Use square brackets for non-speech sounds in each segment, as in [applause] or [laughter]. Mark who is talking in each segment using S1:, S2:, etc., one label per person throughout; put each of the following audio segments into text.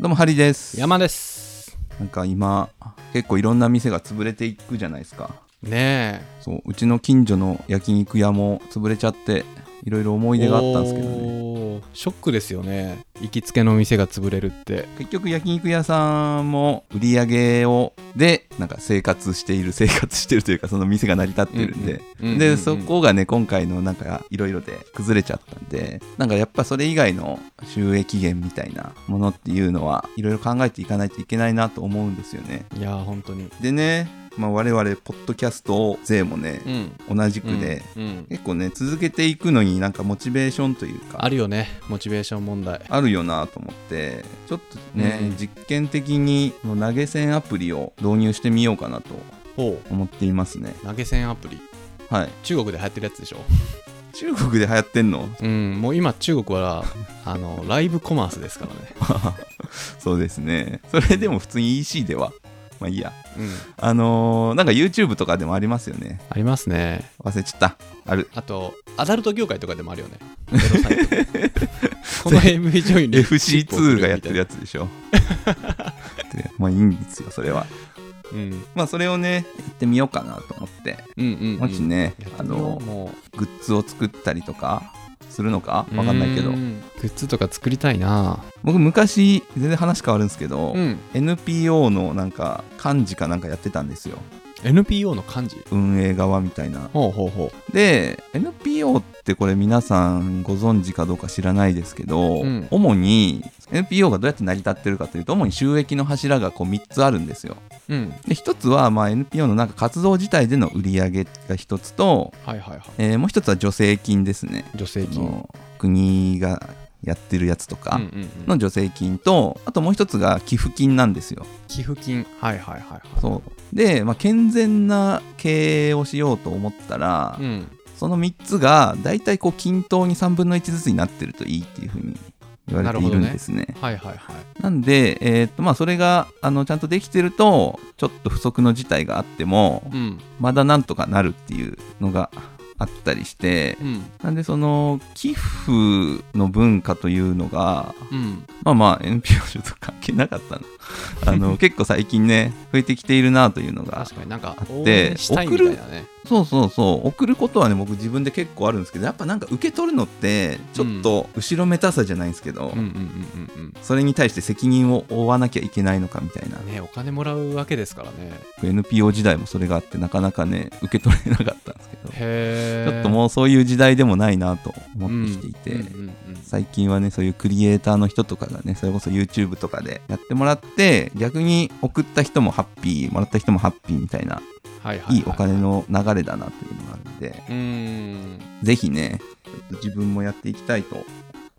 S1: どうもハリです
S2: 山です
S1: なんか今結構いろんな店が潰れていくじゃないですか
S2: ね
S1: そううちの近所の焼肉屋も潰れちゃっていろいろ思
S2: え
S1: い出があったんですけどね
S2: おーショックですよね行きつけの店が潰れるって
S1: 結局焼肉屋さんも売り上げをでなんか生活している生活してるというかその店が成り立ってるんで、
S2: うんうんうんうんうん
S1: でそこがね今回のなんかいろいろで崩れちゃったんでなんかやっぱそれ以外の収益源みたいなものっていうのはいろいろ考えていかないといけないなと思うんですよね
S2: いやー本当に
S1: でね、まあ、我々ポッドキャスト勢もね、
S2: ん
S1: 同じくで、
S2: うんうん
S1: 結構ね続けていくのになんかモチベーションというか
S2: あるよねモチベーション問題
S1: あるよなと思ってちょっとね、
S2: うん
S1: 実験的にこの投げ銭アプリを導入してみようかなと
S2: ほ
S1: 思っていますね
S2: う投げ銭アプリ
S1: はい
S2: 中国で流行ってるやつでしょ
S1: 中国で流行ってんの [laughs]
S2: うんもう今中国はあのライブコマースですからね
S1: そうですねそれでも普通に EC ではまあいいや
S2: うん
S1: あのーなんか YouTube とかでもありますよね
S2: ありますね
S1: 忘れちゃったある
S2: あとアダルト業界とかでもある
S1: [laughs]
S2: よねエロサイトこの MV 上に
S1: FC2 がやってる
S2: や
S1: やつでし
S2: [laughs]
S1: ょでまあいいんですよそれは
S2: つ、うん、
S1: まあそれをねやってみようかなと思って
S2: うんうんうん
S1: もしね、
S2: やって
S1: あ
S2: みよう
S1: の
S2: もう
S1: グッズを作ったりとかするのかわかんないけど
S2: うーんグッズとか作りたいな
S1: 僕昔全然話変わるんですけど、
S2: ん
S1: NPO のなんか幹事かなんかやってたんですよ
S2: NPO の漢字
S1: 運営側みたいな
S2: ほうほうほ
S1: で NPO ってこれ皆さんご存知かどうか知らないですけど、
S2: うん
S1: 主に NPO がどうやって成り立ってるかというと主に収益の柱がこう3つあるんですよ
S2: ううん
S1: で1つはまあ NPO のなんか活動自体での売り上げが1つと、
S2: はいはいはい
S1: えーもう1つは助成金ですね
S2: 助成
S1: あ
S2: 金
S1: の国がやってるやつとか
S2: うんうんうん
S1: の助成金と、あともう一つが寄付金なんですよ。
S2: 寄付金はいはいはいはい
S1: そうで、まあ、健全な経営をしようと思ったら、
S2: うん
S1: その3つが大体こう均等に3分の1ずつになってるといいっていうふうに言われているんですね。
S2: はいはいはい
S1: なんで、えーっとまあ、それがあのちゃんとできてるとちょっと不足の事態があっても
S2: うん
S1: まだなんとかなるっていうのがあったりして
S2: うん
S1: なんでその寄付の文化というのが
S2: うん
S1: まあまあ NPO ちょっと関係なか
S2: [laughs]
S1: ったなあの結構最近ね増えてきているなというのが
S2: 確かになんか
S1: あって
S2: 応援したいみたいなね
S1: そうそうそう送ることはね僕自分で結構あるんですけどやっぱなんか受け取るのってちょっと後ろめたさじゃないんですけど、
S2: うんうんうんうん
S1: それに対して責任を負わなきゃいけないのかみたいな
S2: うんねお金もらうわけですからね
S1: NPO 時代もそれがあってなかなかね受け取れなかったんですけど
S2: へえ
S1: ちょっともうそういう時代でもないなと思ってきていて、
S2: うんうんうん
S1: 最近はねそういうクリエイターの人とかがねそれこそ YouTube とかでやってもらって逆に送った人もハッピーもらった人もハッピーみたいな
S2: はいはいはい
S1: いお金の流れだなというのがあるんで
S2: うーん
S1: ぜひねちょっと自分もやっていきたいと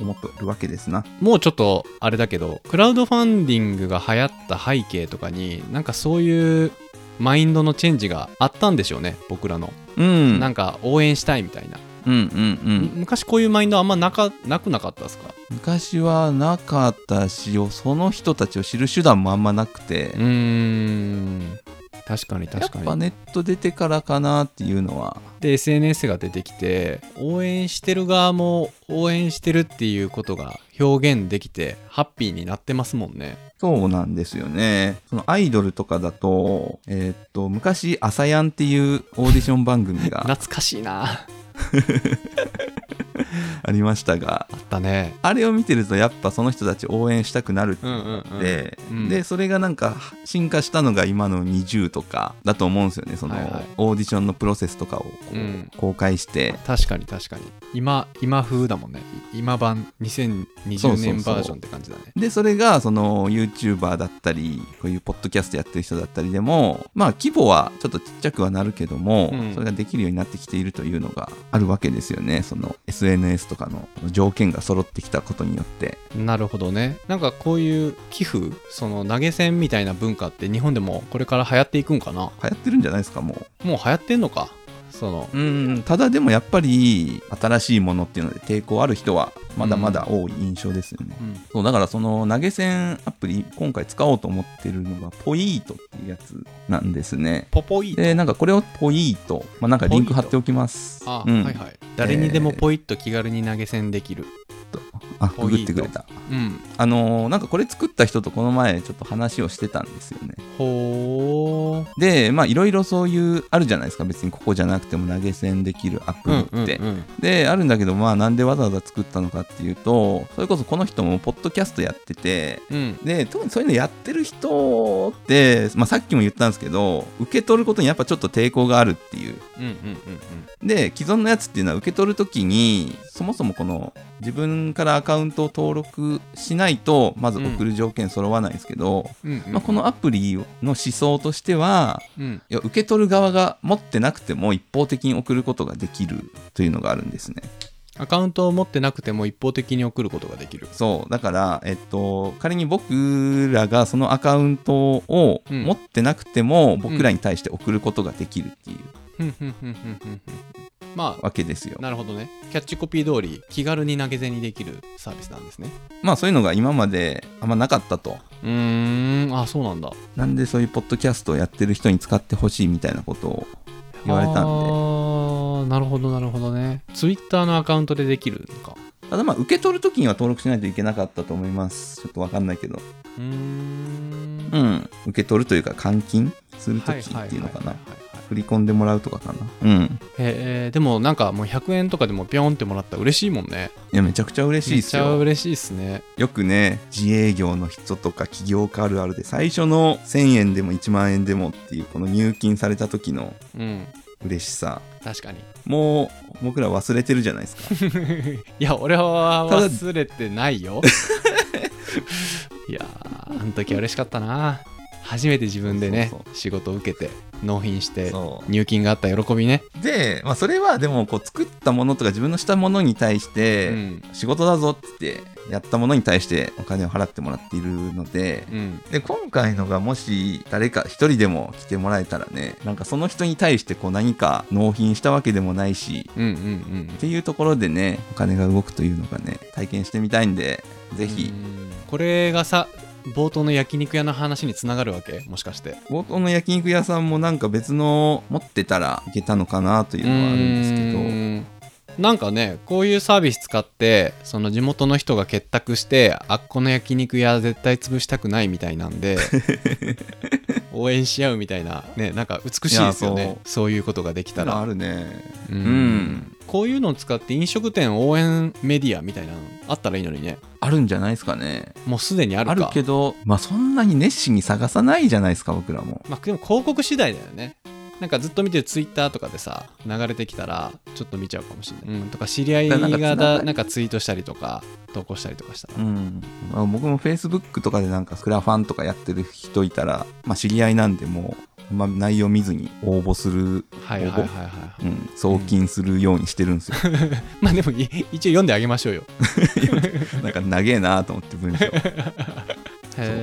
S1: 思ってるわけですな
S2: もうちょっとあれだけどクラウドファンディングが流行った背景とかになんかそういうマインドのチェンジがあったんでしょうね僕らの、
S1: うん
S2: なんか応援したいみたいな、
S1: うんうんうん
S2: む昔こういうマインドあんまなかなくなかったですか
S1: 昔はなかったしその人たちを知る手段もあんまなくて、
S2: うーん確かに
S1: や
S2: 確か
S1: っ
S2: に
S1: ぱネット出てからかなっていうのは
S2: で SNS が出てきて応援してる側も応援してるっていうことが表現できてハッピーになってますもんね
S1: そうなんですよね。そのアイドルとかだと、えーっと、昔、アサヤンっていうオーディション番組が
S2: 懐かしいな
S1: ありましたが、
S2: あったね
S1: あれを見てるとやっぱその人たち応援したくなるって
S2: う
S1: いうんのが
S2: うん
S1: あ
S2: うん
S1: って
S2: うん
S1: で、それがなんか進化したのが今の20とかだと思うんですよね。その
S2: はいはい
S1: オーディションのプロセスとかをこう
S2: うん
S1: 公開して。
S2: 確かに確かに今今風だもんねい今版
S1: そう
S2: 2020
S1: そう
S2: 年バージョンって感じだね
S1: で、それが、その、YouTuber だったり、こういうポッドキャストやってる人だったりでも、まあ、規模はちょっとちっちゃくはなるけども、
S2: うん
S1: それができるようになってきているというのがあるわけですよね。その、SNS とかの条件が揃ってきたことによって。
S2: なるほどねなんかこういう寄付その投げ銭みたいな文化って日本でもこれから流行っていくんかな
S1: 流行ってるんじゃないですか、も
S2: もう流行ってんのかその
S1: う。うん、ただでもやっぱり、新しいものっていうので抵抗ある人は、まだまだ多い印象ですよね。
S2: うん
S1: そう、だからその、投げ銭アプリ、今回使おうと思ってるのが、ポイートっていうやつなんですね。
S2: ポポイ
S1: でなんかこれをポイート、まあ、なんかリンク貼っておきます。
S2: あ、
S1: うん
S2: はいはい誰にでもポイッと気軽に投げ銭できる、
S1: とあ、ググってくれた。
S2: うん
S1: あのーなんかこれ作った人とこの前ちょっと話をしてたんですよね。
S2: ほー
S1: で、まあいろいろそういう、あるじゃないですか。別にここじゃなくても投げ銭できるアプリって。
S2: ん
S1: で、あるんだけど、まあなんでわざわざ作ったのかっていうと、それこそこの人もポッドキャストやってて、
S2: うん
S1: で特にそういうのやってる人って、まあ、さっきも言ったんですけど受け取ることにやっぱちょっと抵抗があるっていう
S2: うんうんうん
S1: で既存のやつっていうのは受け取るときにそもそもこの自分からアカウントを登録しないとまず送る条件揃わないですけど、
S2: うんうんうん
S1: まあ、このアプリの思想としては
S2: うん
S1: いや受け取る側が持ってなくても一方的に送ることができるというのがあるんですね。
S2: アカウントを持ってなくても一方的に送ることができる
S1: そうだから、えっと、仮に僕らがそのアカウントを
S2: うん
S1: 持ってなくても、僕らに対して送ることができるっていう
S2: ふんふんふんふんふんふんまあ
S1: わけですよ。
S2: なるほどねキャッチコピー通り気軽に投げ銭できるサービスなんですね
S1: まあそういうのが今まであんまなかったと。
S2: うーんあそうなんだ
S1: なんでそういうポッドキャストをやってる人に使ってほしいみたいなことを言われた
S2: あ
S1: ん
S2: ーなるほどなるほどねツイッターのアカウントでできるのか
S1: で。ただまあ受け取るときには登録しないといけなかったと思います。ちょっとわかんないけど。
S2: うーん
S1: うん。受け取るというか換金すると
S2: はい
S1: き
S2: は
S1: っていうのか
S2: は
S1: な。
S2: ははい
S1: 振り込んでもらうとかかな。うん。
S2: えーでもなんかもう100円とかでもピョンってもらったら嬉しいもんね
S1: いやめちゃくちゃ嬉しい
S2: め
S1: で
S2: っ
S1: す
S2: ち
S1: よ。
S2: ゃ嬉しいっすね
S1: よくね自営業の人とか起業家あるあるで最初の1000円でも1万円でもっていうこの入金された時の
S2: うん
S1: 嬉しさ
S2: 確かに
S1: もう僕ら忘れてるじゃないですか
S2: いや俺は
S1: ただ
S2: 忘れてな
S1: [laughs]
S2: いよいやーあの時は嬉しかったな初めて自分でね
S1: そうそ
S2: 仕事を受けて納品して
S1: そ
S2: 入金があった喜びね、
S1: うで、まあ、それはでもこう作ったものとか自分のしたものに対して、
S2: うん
S1: 仕事だぞって言ってやったものに対してお金を払ってもらっているので、
S2: うん
S1: で今回のがもし誰か一人でも来てもらえたらねなんかその人に対してこう何か納品したわけでもないし
S2: うんうんうん
S1: っていうところでねお金が動くというのがね体験してみたいんでぜひ
S2: うんこれがさ冒頭の焼肉屋の話につながるわけもしかして
S1: 冒頭の焼肉屋さんもなんか別の持ってたらいけたのかなというのはあるんですけど
S2: うーんなんかねこういうサービス使ってその地元の人が結託してあっこの焼肉屋絶対潰したくないみたいな
S1: [laughs]
S2: んで応援し合うみたいなねなんか美しいですよ
S1: い
S2: ね
S1: や
S2: そういうことができた
S1: あ
S2: ら
S1: るね
S2: う
S1: うんん、
S2: こういうのを使って飲食店応援メディアみたいなのあったらいいのにね
S1: あるんじゃないですかね
S2: もうすでにある
S1: ある
S2: か
S1: けどまあそんなに熱心に探さないじゃないですか僕らも
S2: まあ、でも広告次第だよねなんかずっと見てるツイッターとかでさ流れてきたらちょっと見ちゃうかもしれない、うん、とか知り合いが
S1: なんか繋が
S2: だ
S1: る
S2: なんかツイートしたりとか投稿したりとかした
S1: う
S2: ら
S1: ん、まあ僕も Facebook とかでなんかクラファンとかやってる人いたら、まあ、知り合いなんでもう、まあ、内容見ずに応募する、
S2: はいはいはいはいはい、
S1: うん、送金するようにしてるん [laughs] ですよ、
S2: [laughs] まあでもい一応読んであげましょうよ
S1: なんか長えなと思って文章
S2: へ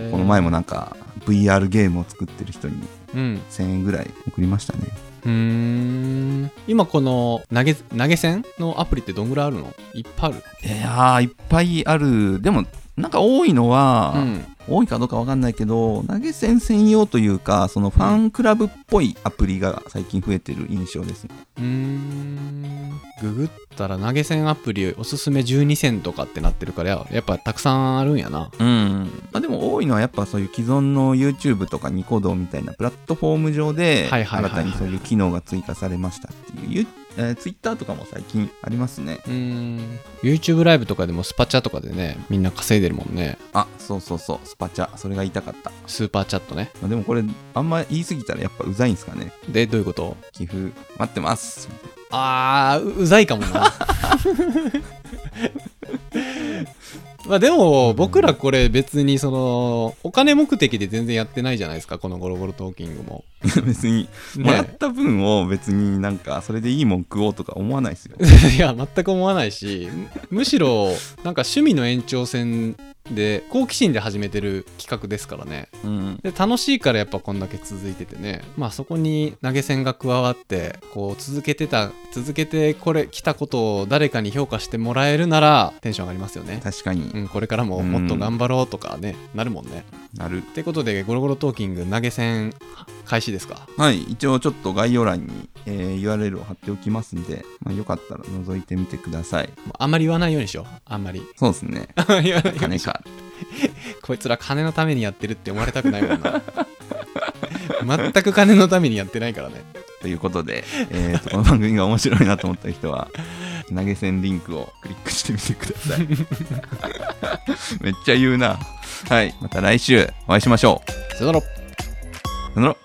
S2: ー
S1: この前もなんか VR ゲームを作ってる人に
S2: うん
S1: 1000円ぐらい送りましたね
S2: うーん今この投げ投げ銭のアプリってどんぐらいあるのいっぱいある
S1: いやーいっぱいあるでもなんか多いのは、
S2: うん
S1: 多いかどうかわかんないけど投げ銭専用というかそのファンクラブっぽいアプリが最近増えてる印象ですね
S2: うーんググったら投げ銭アプリおすすめ12銭とかってなってるからやっぱたくさんあるんやな
S1: うん、まあ、でも多いのはやっぱそういう既存の YouTube とかニコ動みたいなプラットフォーム上で
S2: はい
S1: 新
S2: はいはい
S1: た
S2: はい
S1: にそういう機能が追加されましたっていう、えー、Twitter とかも最近ありますね
S2: うーん YouTube ライブとかでもスパチャとかでねみんな稼いでるもんね
S1: あそうそうそうスパチャそれが言いたかった
S2: スーパーチャットね
S1: まあ、でもこれあんま言い過ぎたらやっぱうざいんですかね
S2: でどういうこと
S1: 寄付待ってます [laughs]
S2: あーううざいかもな [laughs] まあでも僕らこれ別にそのお金目的で全然やってないじゃないですかこのゴロゴロトーキングも
S1: 別にもらっ
S2: ね
S1: た分を別になんかそれでいいもん食おうとか思わないですよ
S2: [laughs] いや全く思わないしむむしろなんか趣味の延長線で好奇心で始めてる企画ですからね
S1: うん
S2: で楽しいからやっぱこんだけ続いててねまあそこに投げ銭が加わってこう続けてた続けてこれ来たことを誰かに評価してもらえるならテンション上がりますよね、
S1: 確かに
S2: うん、これからももっと頑張ろうとかね、なるもんね
S1: なる
S2: ってことでゴロゴロトーキング投げ銭開始ですか
S1: はい、一応ちょっと概要欄に、えー URL を貼っておきますんで、まあ、よかったら覗いてみてください。
S2: もうあんまり言わないようにしようあんまり [laughs]
S1: そうですね。
S2: あんまり言わないよう
S1: 金
S2: にしよ
S1: か。
S2: うこいつら金のためにやってるって思われたくないもんな全く金のためにやってないからね
S1: ということで、えーとこの番組が面白いなと思った人は、投げ銭リンクをクリックしてみてください。 [laughs] めっちゃ言うな。はい、また来週お会いしましょ
S2: さよな
S1: う。
S2: ら
S1: さよなら。